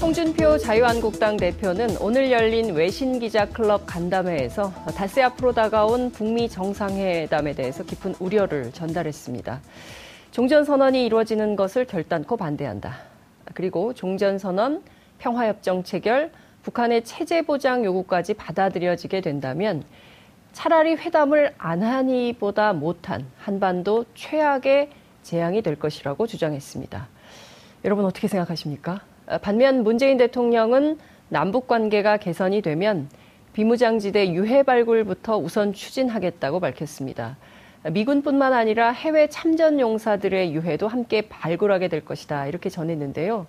홍준표 자유한국당 대표는 오늘 열린 외신 기자 클럽 간담회에서 닷새 앞으로 다가온 북미 정상회담에 대해서 깊은 우려를 전달했습니다. 종전 선언이 이루어지는 것을 결단코 반대한다. 그리고 종전 선언, 평화협정 체결, 북한의 체제 보장 요구까지 받아들여지게 된다면 차라리 회담을 안 하니보다 못한 한반도 최악의 재앙이 될 것이라고 주장했습니다. 여러분 어떻게 생각하십니까? 아, 반면 문재인 대통령은 남북 관계가 개선이 되면 비무장지대 유해 발굴부터 우선 추진하겠다고 밝혔습니다. 아, 미군뿐만 아니라 해외 참전 용사들의 유해도 함께 발굴하게 될 것이다. 이렇게 전했는데요.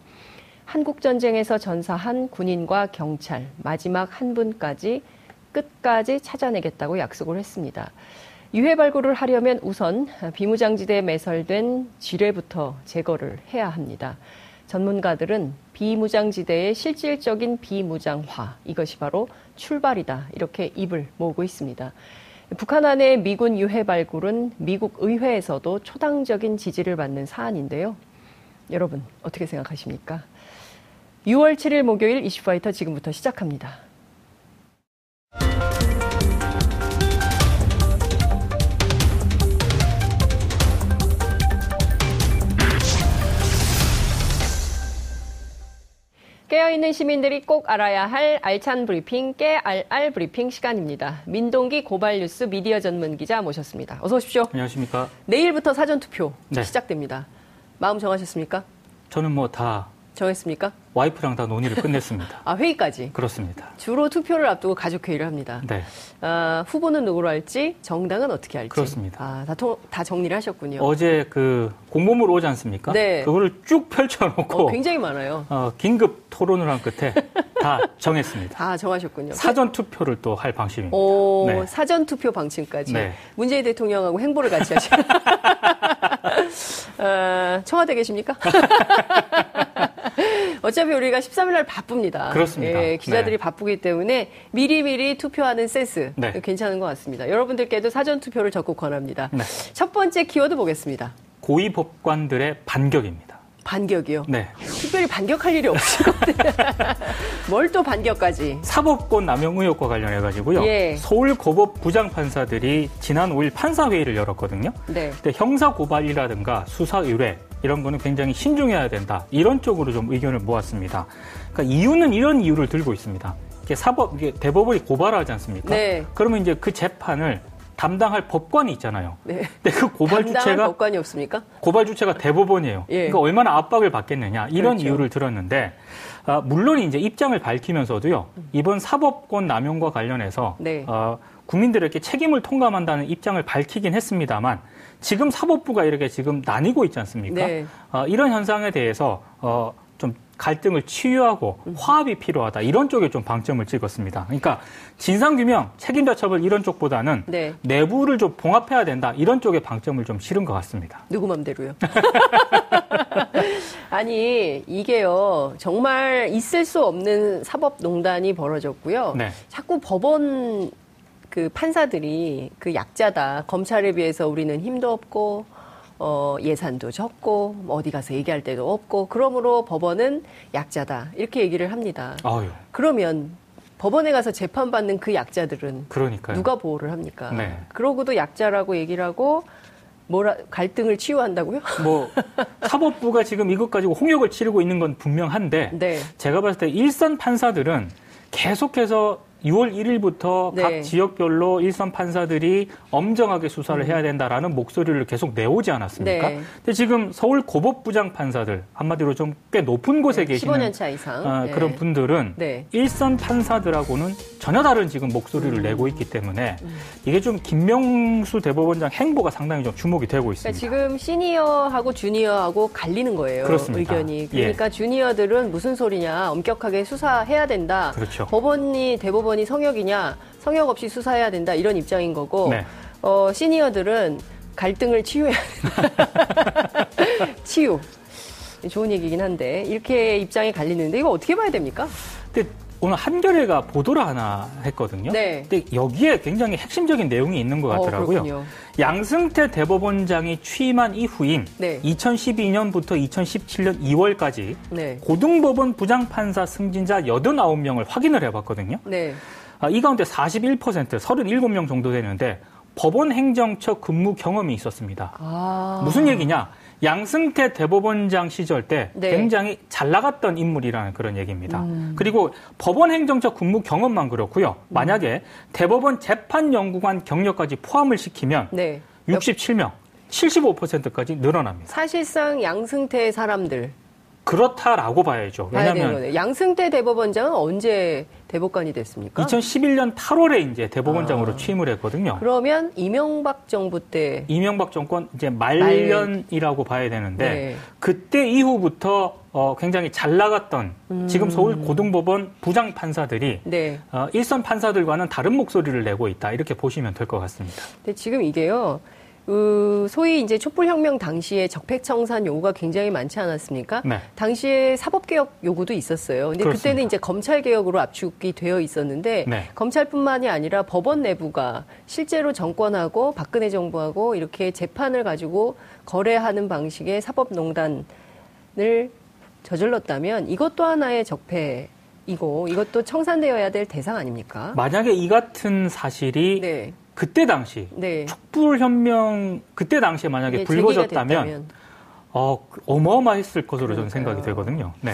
한국 전쟁에서 전사한 군인과 경찰 마지막 한 분까지 끝까지 찾아내겠다고 약속을 했습니다. 유해 발굴을 하려면 우선 비무장지대에 매설된 지뢰부터 제거를 해야 합니다. 전문가들은 비무장지대의 실질적인 비무장화 이것이 바로 출발이다 이렇게 입을 모으고 있습니다. 북한 안의 미군 유해 발굴은 미국 의회에서도 초당적인 지지를 받는 사안인데요. 여러분 어떻게 생각하십니까? 6월 7일 목요일 이슈파이터 지금부터 시작합니다. 깨어있는 시민들이 꼭 알아야 할 알찬 브리핑 깨알알 브리핑 시간입니다. 민동기 고발뉴스 미디어 전문 기자 모셨습니다. 어서 오십시오. 안녕하십니까. 내일부터 사전 투표 네. 시작됩니다. 마음 정하셨습니까? 저는 뭐 다 정했습니까? 와이프랑 다 논의를 끝냈습니다. 아 회의까지 그렇습니다. 주로 투표를 앞두고 가족 회의를 합니다. 네. 아, 후보는 누구로 할지 정당은 어떻게 할지 그렇습니다. 아, 다, 통- 다 정리를 하셨군요. 어제 그 공보물 오지 않습니까? 네. 그거를 어, 쭉 펼쳐놓고 굉장히 많아요. 어, 긴급 토론을 한 끝에 다 정했습니다. 다 정하셨군요. 사전 투표를 또 할 방식입니다. 오, 네. 사전 투표 방침까지 네. 문재인 대통령하고 행보를 같이 하시는 어, 청와대 계십니까? 어차피 우리가 13일 날 바쁩니다. 그렇습니다. 예, 기자들이 네. 바쁘기 때문에 미리미리 투표하는 센스 네. 괜찮은 것 같습니다. 여러분들께도 사전 투표를 적극 권합니다. 네. 첫 번째 키워드 보겠습니다. 고위 법관들의 반격입니다. 반격이요. 네. 특별히 반격할 일이 없으거든요. 뭘 또 반격까지? 사법권 남용 의혹과 관련해 가지고요. 예. 서울 고법 부장 판사들이 지난 5일 판사 회의를 열었거든요. 네. 근데 형사 고발이라든가 수사 의뢰 이런 거는 굉장히 신중해야 된다. 이런 쪽으로 좀 의견을 모았습니다. 그러니까 이유는 이런 이유를 들고 있습니다. 이게 사법 이게 대법원이 고발하지 않습니까? 네. 그러면 이제 그 재판을 담당할 법관이 있잖아요. 네. 근데 그 고발 담당할 주체가 법관이 없습니까? 고발 주체가 대법원이에요. 예. 그러니까 얼마나 압박을 받겠느냐 이런 그렇죠. 이유를 들었는데 아, 물론 이제 입장을 밝히면서도요 이번 사법권 남용과 관련해서 네. 어, 국민들에게 책임을 통감한다는 입장을 밝히긴 했습니다만 지금 사법부가 이렇게 지금 나뉘고 있지 않습니까? 네. 어, 이런 현상에 대해서 어, 좀 갈등을 치유하고 화합이 필요하다 이런 쪽에 좀 방점을 찍었습니다. 그러니까 진상규명, 책임자 처벌 이런 쪽보다는 네. 내부를 좀 봉합해야 된다 이런 쪽에 방점을 좀 실은 것 같습니다. 누구 맘대로요. 아니 이게요 정말 있을 수 없는 사법 농단이 벌어졌고요. 네. 자꾸 법원 그 판사들이 그 약자다 검찰에 비해서 우리는 힘도 없고 어, 예산도 적고 뭐 어디 가서 얘기할 데도 없고 그러므로 법원은 약자다 이렇게 얘기를 합니다. 아유, 그러면 법원에 가서 재판받는 그 약자들은 그러니까요. 누가 보호를 합니까? 네. 그러고도 약자라고 얘기를 하고 뭐라 갈등을 치유한다고요? 뭐 사법부가 지금 이것 가지고 홍역을 치르고 있는 건 분명한데 네. 제가 봤을 때 일선 판사들은 계속해서 6월 1일부터 네. 각 지역별로 일선 판사들이 엄정하게 수사를 해야 된다라는 목소리를 계속 내오지 않았습니까? 음. 네. 근데 지금 서울 고법부장 판사들 한마디로 좀 꽤 높은 곳에 계시는 네, 15년 차 이상. 어, 네. 그런 분들은 네. 일선 판사들하고는 전혀 다른 지금 음. 목소리를 내고 있기 때문에 이게 좀 김명수 대법원장 행보가 상당히 좀 주목이 되고 그러니까 있습니다. 지금 시니어하고 주니어하고 갈리는 거예요. 그렇습니다. 의견이. 예. 그러니까 주니어들은 무슨 소리냐. 엄격하게 수사해야 된다. 그렇죠. 법원이 대법원이 성역이냐. 성역 없이 수사해야 된다. 이런 입장인 거고 네. 어, 시니어들은 갈등을 치유해야 된다. 치유. 좋은 얘기긴 한데 이렇게 입장이 갈리는데 이거 어떻게 봐야 됩니까? 근데 오늘 한겨레가 보도를 하나 했거든요. 네. 근데 여기에 굉장히 핵심적인 내용이 있는 것 같더라고요. 어, 그렇군요. 양승태 대법원장이 취임한 이후인 네. 2012년부터 2017년 2월까지 네. 고등법원 부장판사 승진자 89명을 확인을 해봤거든요. 네. 아, 이 가운데 41%, 37명 정도 되는데 법원 행정처 근무 경험이 있었습니다. 아. 무슨 얘기냐? 양승태 대법원장 시절 때 네. 음. 굉장히 잘 나갔던 인물이라는 그런 얘기입니다. 그리고 법원 행정처 근무 경험만 그렇고요. 만약에 대법원 재판연구관 경력까지 포함을 시키면 네. 67명, 75%까지 늘어납니다. 사실상 양승태 사람들 그렇다라고 봐야죠. 봐야 되는 왜냐하면 거네요. 양승태 대법원장은 언제 대법관이 됐습니까? 2011년 8월에 이제 대법원장으로 아. 취임을 했거든요. 그러면 이명박 정부 때 이명박 정권 이제 말년이라고 봐야 되는데 네. 그때 이후부터 어, 굉장히 잘 나갔던 음. 지금 서울 고등법원 부장 판사들이 네. 어, 일선 판사들과는 다른 목소리를 내고 있다 이렇게 보시면 될 것 같습니다. 근데 지금 이게요. 어, 소위 이제 촛불혁명 당시에 적폐청산 요구가 굉장히 많지 않았습니까? 네. 당시에 사법개혁 요구도 있었어요. 근데 그렇습니다. 그때는 이제 검찰개혁으로 압축이 되어 있었는데 네. 검찰뿐만이 아니라 법원 내부가 실제로 정권하고 박근혜 정부하고 이렇게 재판을 가지고 거래하는 방식의 사법농단을 저질렀다면 이것도 하나의 적폐이고 이것도 청산되어야 될 대상 아닙니까? 만약에 이 같은 사실이 네. 그때 당시 네. 촛불 혁명 그때 당시에 만약에 이게 불거졌다면 제기가 네, 됐다면. 어, 어마어마했을 것으로 그러니까요. 저는 생각이 되거든요. 네.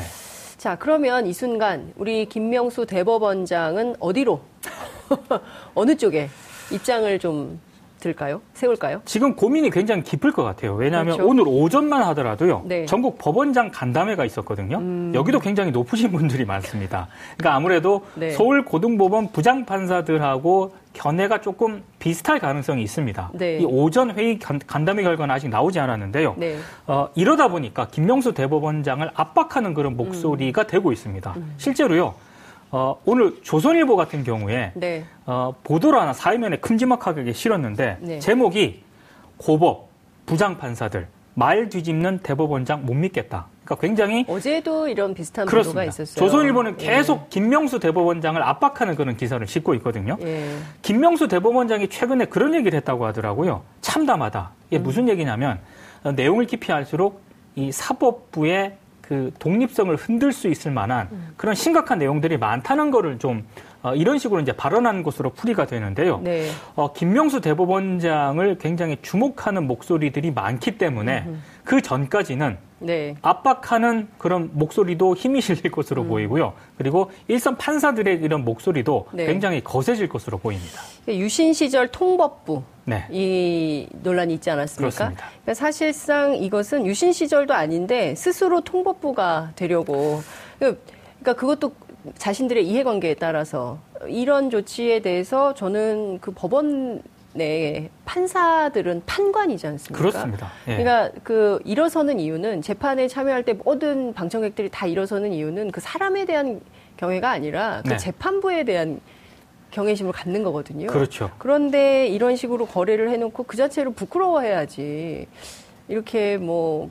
자, 그러면 이 순간 우리 김명수 대법원장은 어디로 어느 쪽에 입장을 좀 들까요? 세울까요? 지금 고민이 굉장히 깊을 것 같아요. 왜냐하면 그렇죠. 오늘 오전만 하더라도요. 네. 음. 전국 법원장 간담회가 있었거든요. 여기도 굉장히 높으신 분들이 많습니다. 그러니까 아무래도 네. 서울 고등법원 부장판사들하고 견해가 조금 비슷할 가능성이 있습니다. 네. 이 오전 회의 간- 간담회 결과는 아직 나오지 않았는데요. 네. 어, 이러다 보니까 김명수 대법원장을 압박하는 그런 음. 목소리가 되고 있습니다. 실제로요. 어, 오늘 조선일보 같은 경우에 네. 어, 보도를 하나 사회면에 큼지막하게 실었는데 네. 제목이 고법 부장판사들 말 뒤집는 대법원장 못 믿겠다. 그러니까 굉장히 어제도 이런 비슷한 보도가 그렇습니다. 있었어요. 예. 조선일보는 계속 김명수 대법원장을 압박하는 그런 기사를 싣고 있거든요. 예. 예. 김명수 대법원장이 최근에 그런 얘기를 했다고 하더라고요. 참담하다. 이게 음. 무슨 얘기냐면 어, 내용을 깊이 알수록 이 사법부의 그 독립성을 흔들 수 있을 만한 음. 그런 심각한 내용들이 많다는 거를 좀 어, 이런 식으로 이제 발언한 것으로 풀이가 되는데요. 네. 어, 김명수 대법원장을 굉장히 주목하는 목소리들이 많기 때문에 그 전까지는 네. 압박하는 그런 목소리도 힘이 실릴 음. 것으로 보이고요. 그리고 일선 판사들의 이런 목소리도 네. 굉장히 거세질 것으로 보입니다. 유신 시절 통법부 네. 이 논란이 있지 않았습니까? 그렇습니다. 그러니까 사실상 이것은 유신 시절도 아닌데 스스로 통법부가 되려고 그러니까 그것도 자신들의 이해관계에 따라서 이런 조치에 대해서 저는 그 법원 내 판사들은 판관이지 않습니까? 그렇습니다. 예. 그러니까 그 일어서는 이유는 재판에 참여할 때 모든 방청객들이 다 일어서는 이유는 그 사람에 대한 경애가 아니라 그 네. 재판부에 대한 경애심을 갖는 거거든요. 그렇죠. 그런데 이런 식으로 거래를 해놓고 그 자체를 부끄러워해야지 이렇게 뭐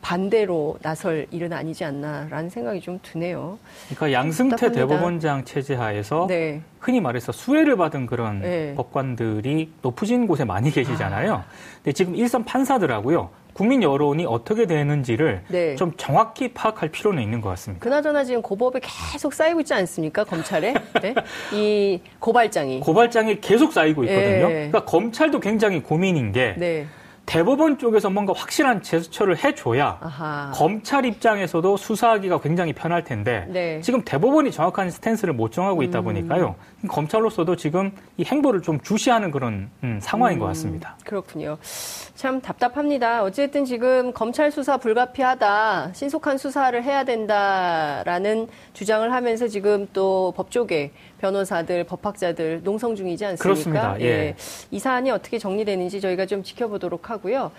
반대로 나설 일은 아니지 않나라는 생각이 좀 드네요. 그러니까 양승태 답답합니다. 대법원장 체제 하에서 네, 흔히 말해서 수혜를 받은 그런 네. 법관들이 높으신 곳에 많이 계시잖아요. 근데 지금 일선 판사들하고요. 국민 여론이 어떻게 되는지를 네. 좀 정확히 파악할 필요는 있는 것 같습니다. 그나저나 지금 고법에 계속 쌓이고 있지 않습니까 검찰에 네? 이 고발장이. 고발장이 계속 쌓이고 있거든요. 예. 그러니까 검찰도 굉장히 고민인 게 네, 대법원 쪽에서 뭔가 확실한 제스처를 해줘야 아하. 검찰 입장에서도 수사하기가 굉장히 편할 텐데 네. 음. 지금 대법원이 정확한 스탠스를 못 정하고 있다 보니까요 검찰로서도 지금 이 행보를 좀 주시하는 그런 음, 상황인 것 같습니다. 그렇군요. 참 답답합니다. 어쨌든 지금 검찰 수사 불가피하다, 신속한 수사를 해야 된다라는 주장을 하면서 지금 또 법조계 변호사들, 법학자들 농성 중이지 않습니까? 그렇습니다. 예. 이 사안이 어떻게 정리되는지 저희가 좀 지켜보도록 하고요.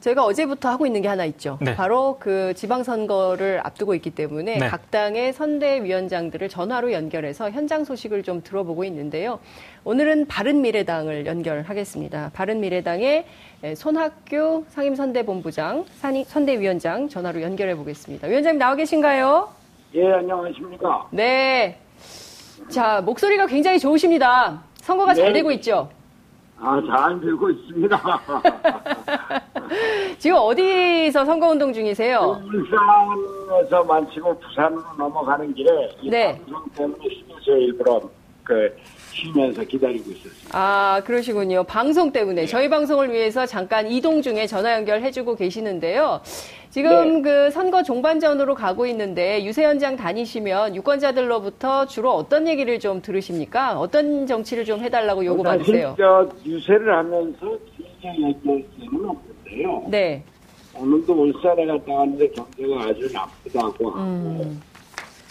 저희가 어제부터 하고 있는 게 하나 있죠. 네. 바로 그 지방선거를 앞두고 있기 때문에 네. 각 당의 선대위원장들을 전화로 연결해서 현장 소식을 좀 들어보고 있는데요. 오늘은 바른미래당을 연결하겠습니다. 바른미래당의 손학규 상임선대본부장, 산이- 선대위원장 전화로 연결해 보겠습니다. 위원장님 나와 계신가요? 예, 안녕하십니까. 네. 자, 목소리가 굉장히 좋으십니다. 선거가 잘 네. 되고 있죠? 아, 잘 들고 있습니다. 지금 어디서 선거운동 중이세요? 울산에서 마치고 부산으로 넘어가는 길에 이 네. 방송 때문에 쉬면서 일부러 그 쉬면서 기다리고 있었습니다. 아, 그러시군요. 방송 네. 때문에 저희 방송을 위해서 잠깐 이동 중에 전화 연결해주고 계시는데요. 지금 네. 그 선거 종반전으로 가고 있는데 유세 현장 다니시면 유권자들로부터 주로 어떤 얘기를 좀 들으십니까? 어떤 정치를 좀 해달라고 요구 받으세요? 저 그러니까 유세를 하면서 길게 얘기할 수는 없는데요. 네. 오늘도 울산에 갔다 왔는데 경제가 아주 나쁘다고 하고 음.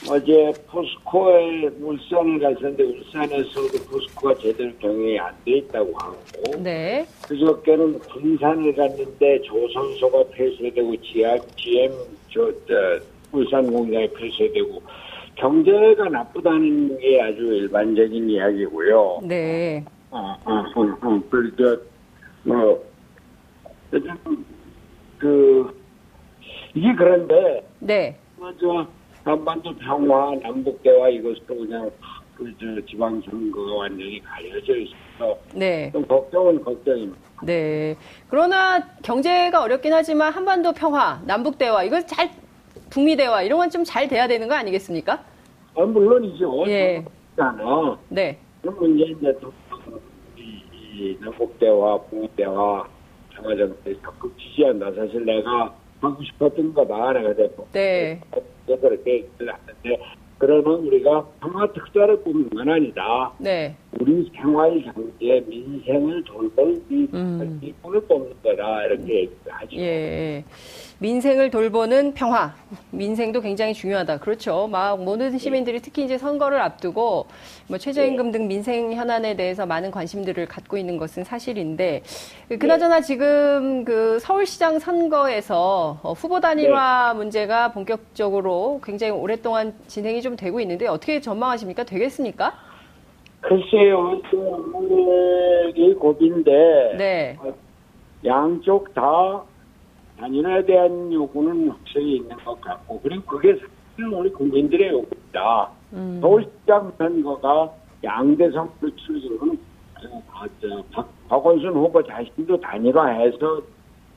어제 포스코에 울산을 갔었는데 울산에서도 포스코가 제대로 경영이 안 돼 있다고 하고 네. 그저께는 군산을 갔는데 조선소가 폐쇄되고 GM, GM 저, 저, 울산 공장이 폐쇄되고 경제가 나쁘다는 게 아주 일반적인 이야기고요. 네. 어, 어, 어, 어. 그저 뭐 요즘 그 이게 그런데 뭐 네. 먼저 남반도 평화, 남북 대화 이것도 그냥 그저 지방선거가 완전히 가려져 있어서 네. 좀 걱정은 걱정입니다. 네. 그러나 경제가 어렵긴 하지만 한반도 평화, 남북 대화 이거 잘 북미 대화 이런 건 좀 잘 돼야 되는 거 아니겠습니까? 아, 물론이죠. 예. 저는 네. 그럼 이제 이제 또, 이, 이 남북대화, 북대화, 평화정책 적극 지지한다. 사실 내가 하고 싶었던 거다. 내가 대표. 네. 그렇게 얘기를 하는데, 그러면 우리가 평화 특사를 뽑는 건 아니다. 네. 우리 생활 경제, 민생을 돌볼 이 음. 이분을 뽑는 거다. 이렇게 얘기를 하죠. 예. 민생을 돌보는 평화. 민생도 굉장히 중요하다. 그렇죠. 막 모든 시민들이 특히 이제 선거를 앞두고 뭐 최저임금 등 민생 현안에 대해서 많은 관심들을 갖고 있는 것은 사실인데 그나저나 지금 그 서울시장 선거에서 어, 후보 단일화 문제가 본격적으로 굉장히 오랫동안 진행이 좀 되고 있는데 어떻게 전망하십니까? 되겠습니까? 글쎄요, 그이 고비인데, 네. 양쪽 다 단일화에 대한 요구는 확실히 있는 것 같고 그리고 그게 사실은 우리 국민들의 요구입니다. 서울시장 선거가 양대 선거 출구는 어, 박원순 후보 자신도 단일화해서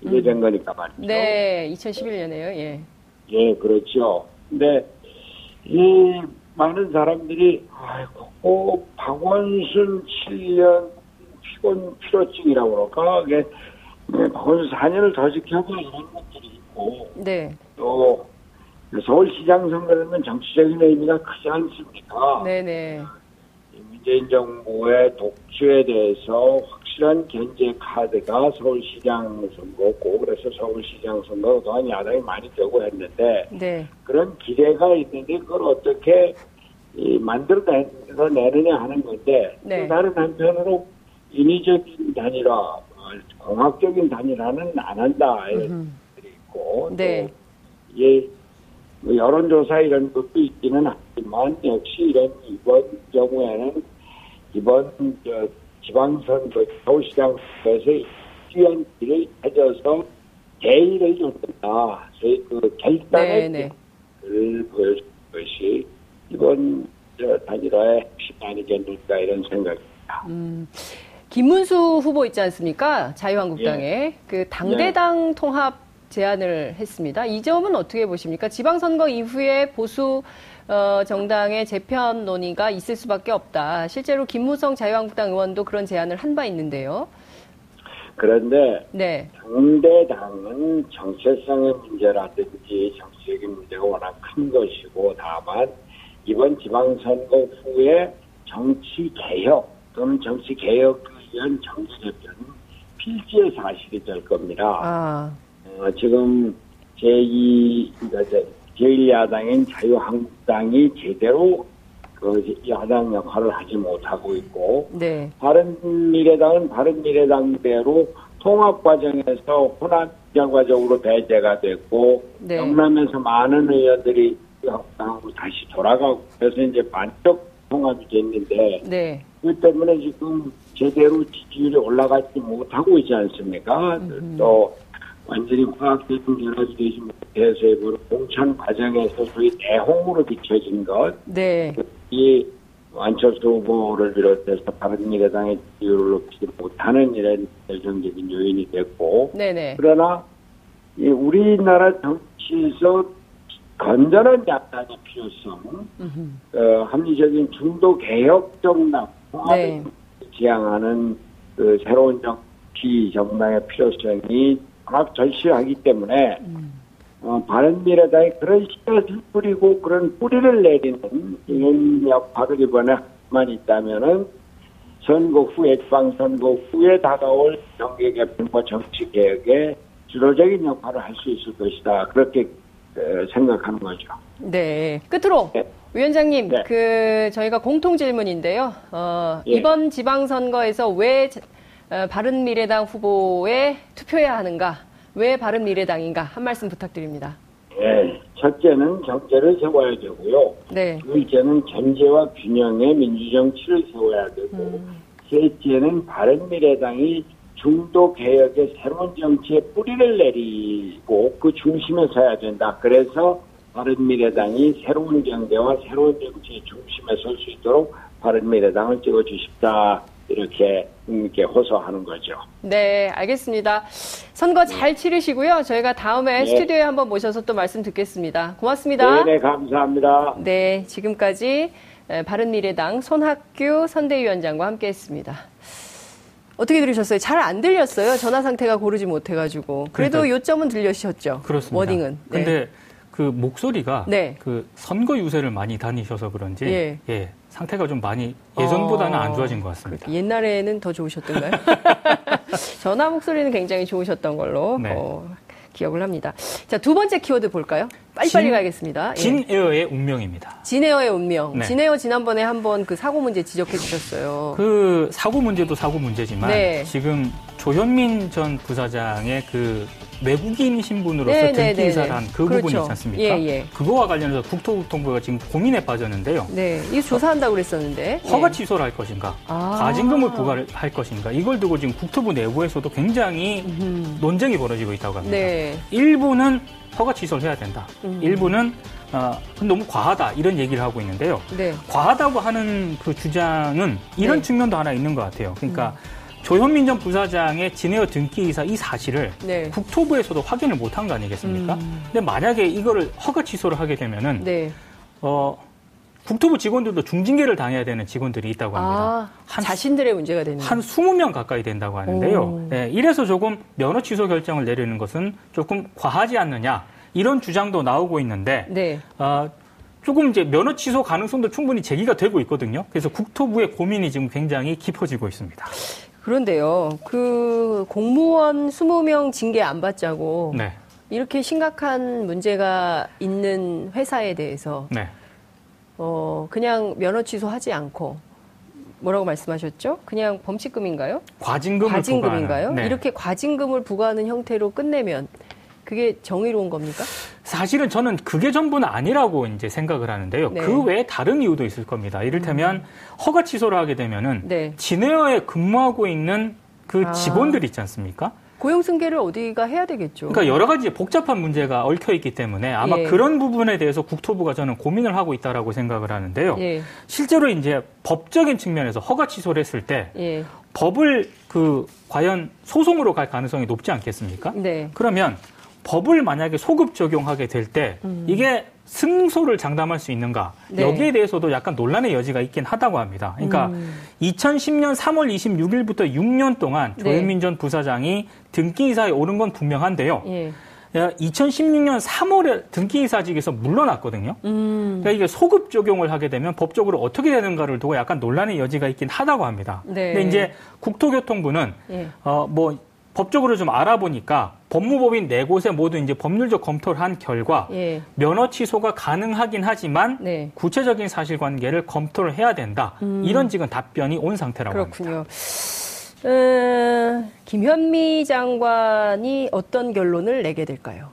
이게 된 거니까 말이죠. 네. 2011년에요. 예. 예, 그렇죠. 근데 이 많은 사람들이 아이고 꼭 박원순 7년 피곤 피로증이라고 그럴까 이게 네, 박원순 4년을 더 지켜본 이런 것들이 있고 네. 또 서울시장 선거는 정치적인 의미가 크지 않습니까? 네, 네. 문재인 정부의 독주에 대해서 확실한 견제 카드가 서울시장 선거고 그래서 서울시장 선거 또한 야당이 많이 경고했는데 네. 그런 기대가 있는데 그걸 어떻게 이 만들어내서 내느냐 하는 건데 네. 또 다른 한편으로 인위적인 단일화, 어, 공학적인 단일화는 안 한다 이런 것들이 있고 네. 또 예, 뭐 여론조사 이런 것도 있기는 하지만 역시 이런 이번 경우에는 이번 저 지방선거 그 서울시장 선거에서 뛰어난 길을 찾아서 대의를 줬다. 저희 그 네, 결단의 네. 을 보여준 것이 이번 저 단일화의 핵심 아니겠는가 이런 생각입니다. 김문수 후보 있지 않습니까? 자유한국당에 그 당대당 통합 제안을 했습니다. 이 점은 어떻게 보십니까? 지방선거 이후에 보수 어, 정당의 재편 논의가 있을 수밖에 없다. 실제로 김무성 자유한국당 의원도 그런 제안을 한 바 있는데요. 그런데 네. 상대당은 정체성의 문제라든지 정치적인 문제가 워낙 큰 것이고 다만 이번 지방선거 후에 정치 개혁 또는 정치 개혁을 위한 정치 개편은 필지의 사실이 될 겁니다. 아, 어, 지금 제2, 그러니까 제1야당인 자유한국당이 제대로 그 야당 역할을 하지 못하고 있고, 네. 바른미래당은 바른미래당대로 통합 과정에서 호남 과정으로 배제가 됐고, 네. 영남에서 많은 의원들이 역당으로 다시 돌아가고, 그래서 이제 반쪽 통합이 됐는데, 네. 그 때문에 지금 제대로 지지율이 올라가지 못하고 있지 않습니까? 또 완전히 화학적인 변화도 되지 못해서 일부러 공천 과정에서 소위 내홍으로 비춰진 것, 네. 이 안철수 후보를 비롯해서 바른미래당의 지지율을 높이지 못하는 이런 결정적인 요인이 됐고, 네네. 그러나 이 우리나라 정치에서 건전한 약간의 필요성, 음흠. 어, 합리적인 중도 개혁 정당 네. 통합을 지향하는 그 새로운 정치 정당의 필요성이 워낙 절실하기 때문에 어, 바른미래당이 그런 씨앗을 뿌리고 그런 뿌리를 내리는 이런 역할을 이번에 만 있다면은 선거 후에 지방선거 후에 다가올 정계 개편과 정치 개혁에 주도적인 역할을 할 수 있을 것이다 그렇게 어, 생각하는 거죠. 네. 끝으로 네. 위원장님, 네. 그 저희가 공통 질문인데요. 어, 예. 이번 지방선거에서 왜 자- 어, 바른미래당 후보에 투표해야 하는가? 왜 바른미래당인가? 한 말씀 부탁드립니다. 예, 첫째는 경제를 세워야 되고요. 네. 둘째는 경제와 균형의 민주정치를 세워야 되고, 셋째는 바른미래당이 중도 개혁의 새로운 정치의 뿌리를 내리고 그 중심에 서야 된다. 그래서 바른미래당이 새로운 경제와 새로운 정치의 중심에 설 수 있도록 바른미래당을 찍어주십사 이렇게 이렇게 호소하는 거죠. 네, 알겠습니다. 선거 잘 치르시고요. 저희가 다음에 네. 스튜디오에 한번 모셔서 또 말씀 듣겠습니다. 고맙습니다. 네, 네 감사합니다. 네, 지금까지 에, 바른미래당 손학규 선대위원장과 함께했습니다. 어떻게 들으셨어요? 잘 안 들렸어요. 전화 상태가 고르지 못해가지고. 그래도 그러니까요. 요점은 들려주셨죠. 그렇습니다. 워딩은. 네. 근데 그 목소리가 네. 그 선거 유세를 많이 다니셔서 그런지 예. 예. 상태가 좀 많이 예전보다는 어, 안 좋아진 것 같습니다. 옛날에는 더 좋으셨던가요? 전화 목소리는 굉장히 좋으셨던 걸로 네. 어, 기억을 합니다. 자, 두 번째 키워드 볼까요? 빨리빨리 진- 가겠습니다. 예. 진 에어의 운명입니다. 진에어의 운명. 네. 진에어 지난번에 한번 그 사고 문제 지적해 주셨어요. 그 사고 문제도 사고 문제지만 네. 지금 조현민 전 부사장의 그 외국인 신분으로서 네, 네, 등기 네, 이사를 네. 한 그 부분이 그렇죠. 있지 않습니까? 예, 예. 그거와 관련해서 국토교통부가 지금 고민에 빠졌는데요. 네, 이거 조사한다고 그랬었는데. 허가 예. 취소를 할 것인가, 아. 과징금을 부과할 것인가, 이걸 두고 지금 국토부 내부에서도 굉장히 논쟁이 벌어지고 있다고 합니다. 네. 일부는 허가 취소를 해야 된다. 음. 일부는 어, 너무 과하다 이런 얘기를 하고 있는데요. 네. 과하다고 하는 그 주장은 이런 네. 음. 측면도 하나 있는 것 같아요. 그러니까 조현민 전 부사장의 진에어 등기이사 이 사실을 네. 음. 국토부에서도 확인을 못한 거 아니겠습니까? 근데 만약에 이거를 허가 취소를 하게 되면은 네. 어, 국토부 직원들도 중징계를 당해야 되는 직원들이 있다고 합니다. 아, 자신들의 문제가 되는. 한 20명 가까이 된다고 하는데요. 오. 예, 이래서 조금 면허 취소 결정을 내리는 것은 조금 과하지 않느냐 이런 주장도 나오고 있는데 네. 아, 조금 이제 면허 취소 가능성도 충분히 제기가 되고 있거든요. 그래서 국토부의 고민이 지금 굉장히 깊어지고 있습니다. 그런데요. 그 공무원 20명 징계 안 받자고 네, 이렇게 심각한 문제가 있는 회사에 대해서 네. 어, 그냥 면허 취소하지 않고 뭐라고 말씀하셨죠? 그냥 범칙금인가요? 과징금을 과징금인가요? 부과하는, 네. 이렇게 과징금을 부과하는 형태로 끝내면 그게 정의로운 겁니까? 사실은 저는 그게 전부는 아니라고 이제 생각을 하는데요. 네. 음. 그 외에 다른 이유도 있을 겁니다. 이를테면 허가 취소를 하게 되면은 네. 진에어에 근무하고 있는 그 아. 직원들 있지 않습니까? 고용승계를 어디가 해야 되겠죠. 그러니까 여러 가지 복잡한 문제가 얽혀 있기 때문에 아마 예. 그런 부분에 대해서 국토부가 저는 고민을 하고 있다라고 생각을 하는데요. 예, 실제로 이제 법적인 측면에서 허가 취소를 했을 때 예, 법을 그 과연 소송으로 갈 가능성이 높지 않겠습니까? 네. 그러면 법을 만약에 소급 적용하게 될 때 이게 승소를 장담할 수 있는가 음. 네. 음. 여기에 대해서도 약간 논란의 여지가 있긴 하다고 합니다. 그러니까 2010년 3월 26일부터 6년 동안 네. 조현민 전 부사장이 등기이사에 오른 건 분명한데요. 예. 2016년 3월에 등기이사직에서 물러났거든요. 음. 그러니까 이게 소급 적용을 하게 되면 법적으로 어떻게 되는가를 두고 약간 논란의 여지가 있긴 하다고 합니다. 네. 근데 이제 국토교통부는 예. 어, 뭐 법적으로 좀 알아보니까 법무법인 네 곳에 모두 이제 법률적 검토를 한 결과 예. 면허 취소가 가능하긴 하지만 네. 구체적인 사실관계를 검토를 해야 된다. 이런 지금 답변이 온 상태라고 합니다. 음. 그렇군요. 어, 김현미 장관이 어떤 결론을 내게 될까요?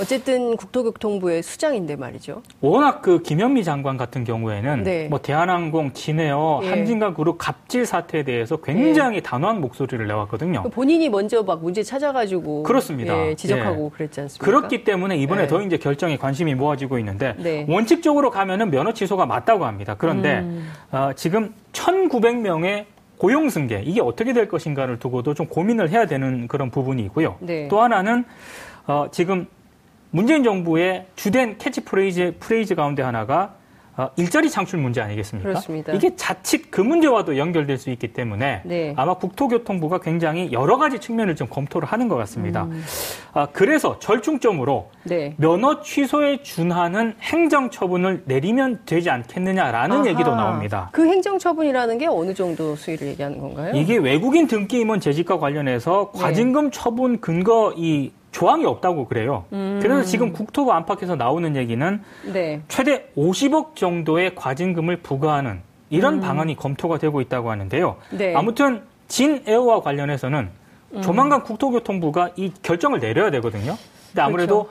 어쨌든 국토교통부의 수장인데 말이죠. 워낙 그 김현미 장관 같은 경우에는 네. 뭐 대한항공, 진에어, 예. 한진과 그룹 갑질 사태에 대해서 굉장히 단호한 목소리를 내왔거든요. 본인이 먼저 막 문제 찾아가지고 어. 그렇습니다. 예, 지적하고 그랬지 않습니까? 그렇기 때문에 이번에 네. 더 이제 결정에 관심이 모아지고 있는데 네. 원칙적으로 가면은 면허 취소가 맞다고 합니다. 그런데 음. 어, 지금 1,900명의 고용 승계 이게 어떻게 될 것인가를 두고도 좀 고민을 해야 되는 그런 부분이 있고요. 네. 또 하나는 어, 지금 문재인 정부의 주된 캐치프레이즈 프레이즈 가운데 하나가 어, 일자리 창출 문제 아니겠습니까? 그렇습니다. 이게 자칫 그 문제와도 연결될 수 있기 때문에 네. 아마 국토교통부가 굉장히 여러 가지 측면을 좀 검토를 하는 것 같습니다. 음. 아, 그래서 절충점으로 네. 면허 취소에 준하는 행정처분을 내리면 되지 않겠느냐라는 아하. 얘기도 나옵니다. 그 행정처분이라는 게 어느 정도 수위를 얘기하는 건가요? 이게 외국인 등기임원 재직과 관련해서 네. 과징금 처분 근거 이 조항이 없다고 그래요. 음. 그래서 지금 국토부 안팎에서 나오는 얘기는 네. 최대 50억 정도의 과징금을 부과하는 이런 음. 방안이 검토가 되고 있다고 하는데요. 네. 음. 아무튼 진 에어와 관련해서는 조만간 국토교통부가 이 결정을 내려야 되거든요. 근데 아무래도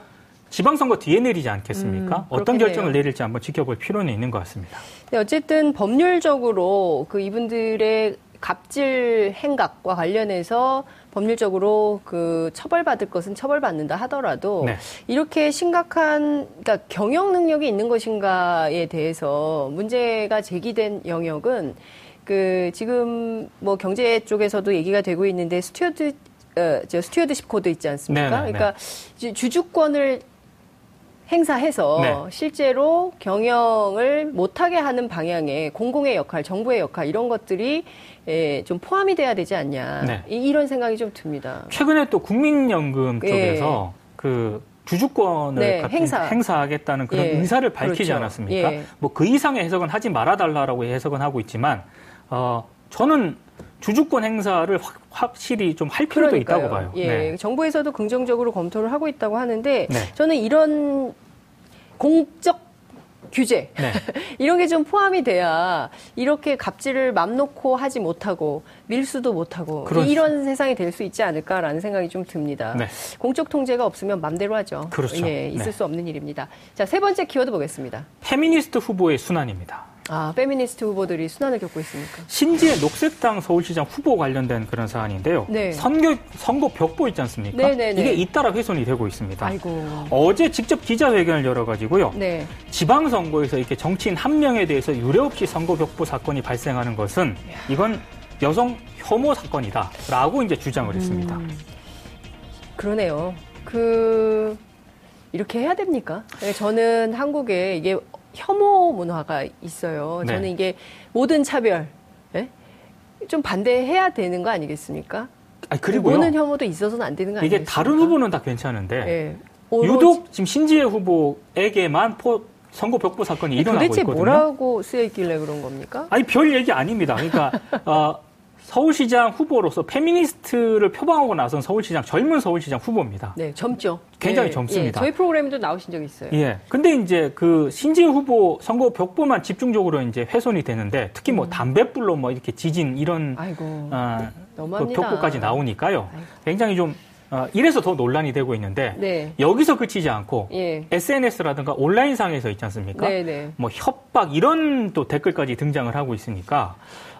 지방선거 뒤에 내리지 않겠습니까? 어떤 그렇죠. 음, 그렇겠네요. 결정을 내릴지 한번 지켜볼 필요는 있는 것 같습니다. 네, 어쨌든 법률적으로 그 이분들의 갑질 행각과 관련해서 법률적으로 그 처벌받을 것은 처벌받는다 하더라도 네. 이렇게 심각한 그러니까 경영 능력이 있는 것인가에 대해서 문제가 제기된 영역은 그 지금 뭐 경제 쪽에서도 얘기가 되고 있는데 스튜어드 어, 저 스튜어드십 코드 있지 않습니까? 네네네. 그러니까 주- 주주권을 행사해서 네. 어, 실제로 경영을 못하게 하는 방향의 공공의 역할, 정부의 역할 이런 것들이 예, 좀 포함이 돼야 되지 않냐 네. 이, 런 생각이 좀 듭니다. 최근에 또 국민연금 예. 쪽에서 그 주주권을 네, 같은 행사. 행사하겠다는 그런 예. 의사를 밝히지 그렇죠. 않았습니까? 예. 뭐 그 이상의 해석은 하지 말아달라라고 해석은 하고 있지만 어, 저는 주주권 행사를 확, 확실히 좀 할 필요도 그러니까요. 있다고 봐요. 예, 네. 정부에서도 긍정적으로 검토를 하고 있다고 하는데 네. 저는 이런 공적 규제 네. 이런 게 좀 포함이 돼야 이렇게 갑질을 맘 놓고 하지 못하고 밀수도 못하고 그렇죠. 이런 세상이 될 수 있지 않을까라는 생각이 좀 듭니다. 네. 공적 통제가 없으면 맘대로 하죠. 그렇죠. 예, 있을 네. 수 없는 일입니다. 자, 세 번째 키워드 보겠습니다. 페미니스트 후보의 순환입니다. 아, 페미니스트 후보들이 순환을 겪고 있습니까? 신지의 녹색당 서울시장 후보 관련된 그런 사안인데요. 네. 선거 선거 벽보 있지 않습니까? 네네네. 이게 잇따라 훼손이 되고 있습니다. 아이고. 어제 직접 기자회견을 열어가지고요. 네. 지방선거에서 이렇게 정치인 한 명에 대해서 유례 없이 선거 벽보 사건이 발생하는 것은 이건 여성 혐오 사건이다라고 이제 음. 주장을 했습니다. 그러네요. 그 이렇게 해야 됩니까? 네, 저는 한국에 이게 혐오 문화가 있어요. 네. 저는 이게 모든 차별 예? 좀 반대해야 되는 거 아니겠습니까? 아니, 그리고요. 모는 혐오도 있어서는 안 되는 거 이게 아니겠습니까? 다른 후보는 다 괜찮은데 예. 유독 지금 신지혜 후보에게만 포- 선거 벽보 사건이 일어나고 도대체 있거든요. 뭐라고 쓰여 있길래 그런 겁니까? 아니 별 얘기 아닙니다. 그러니까 어, 서울시장 후보로서 페미니스트를 표방하고 나선 서울시장 젊은 서울시장 후보입니다. 네, 젊죠. 굉장히 예, 젊습니다. 예, 저희 프로그램에도 나오신 적 있어요. 예. 근데 이제 그 신진 후보 선거 벽보만 집중적으로 이제 훼손이 되는데 특히 뭐 담배불로 뭐 이렇게 지진 이런 음. 아이고, 어, 그 너무합니다. 벽보까지 나오니까요. 아이고. 굉장히 좀 어, 이래서 더 논란이 되고 있는데 네. 여기서 그치지 않고 예. SNS라든가 온라인상에서 있지 않습니까? 네, 네. 뭐 협박 이런 또 댓글까지 등장을 하고 있으니까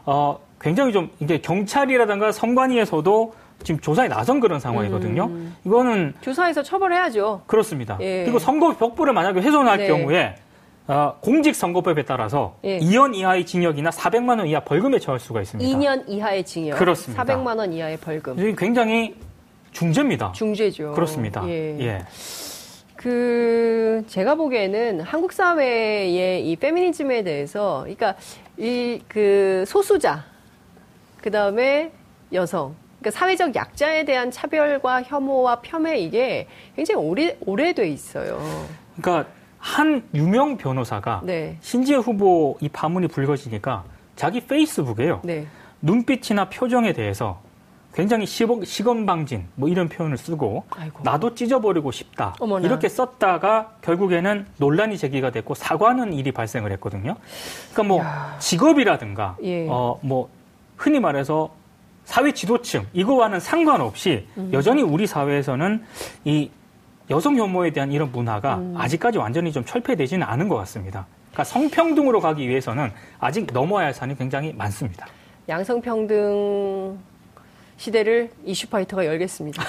어, 굉장히 좀 이제 경찰이라든가 선관위에서도 지금 조사에 나선 그런 상황이거든요. 이거는 조사해서 처벌해야죠. 그렇습니다. 음. 예. 그리고 선거 벽보를 만약에 훼손할 네. 경우에 어, 공직선거법에 따라서 예. 2년 이하의 징역이나 400만 원 이하 벌금에 처할 수가 있습니다. 2년 이하의 징역, 그렇습니다. 예. 400만 원 이하의 벌금. 이게 굉장히 중죄입니다. 예. 중죄죠. 예. 그렇습니다. 예. 그 제가 보기에는 한국 사회의 이 페미니즘에 대해서 그러니까 이 그 소수자 그다음에 여성 그러니까 사회적 약자에 대한 차별과 혐오와 폄훼 이게 굉장히 오래 오래돼 있어요. 그러니까 한 유명 변호사가 네. 신지혜 후보 이 파문이 불거지니까 자기 페이스북에요. 네. 눈빛이나 표정에 대해서 굉장히 시범, 시건방진 뭐 이런 표현을 쓰고 아이고. 나도 찢어버리고 싶다 어머나. 이렇게 썼다가 결국에는 논란이 제기가 됐고 사과하는 일이 발생을 했거든요. 그러니까 뭐 직업이라든가 예. 어 뭐 흔히 말해서 사회 지도층 이거와는 상관없이 음. 여전히 우리 사회에서는 이 여성 혐오에 대한 이런 문화가 음. 아직까지 완전히 좀 철폐되지는 않은 것 같습니다. 그러니까 성평등으로 가기 위해서는 아직 넘어야 할 산이 굉장히 많습니다. 양성평등 시대를 이슈파이터가 열겠습니다.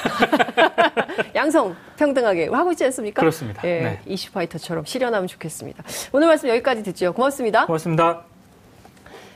양성 평등하게 하고 있지 않습니까? 그렇습니다. 예, 네. 이슈파이터처럼 실현하면 좋겠습니다. 오늘 말씀 여기까지 듣죠. 고맙습니다. 고맙습니다.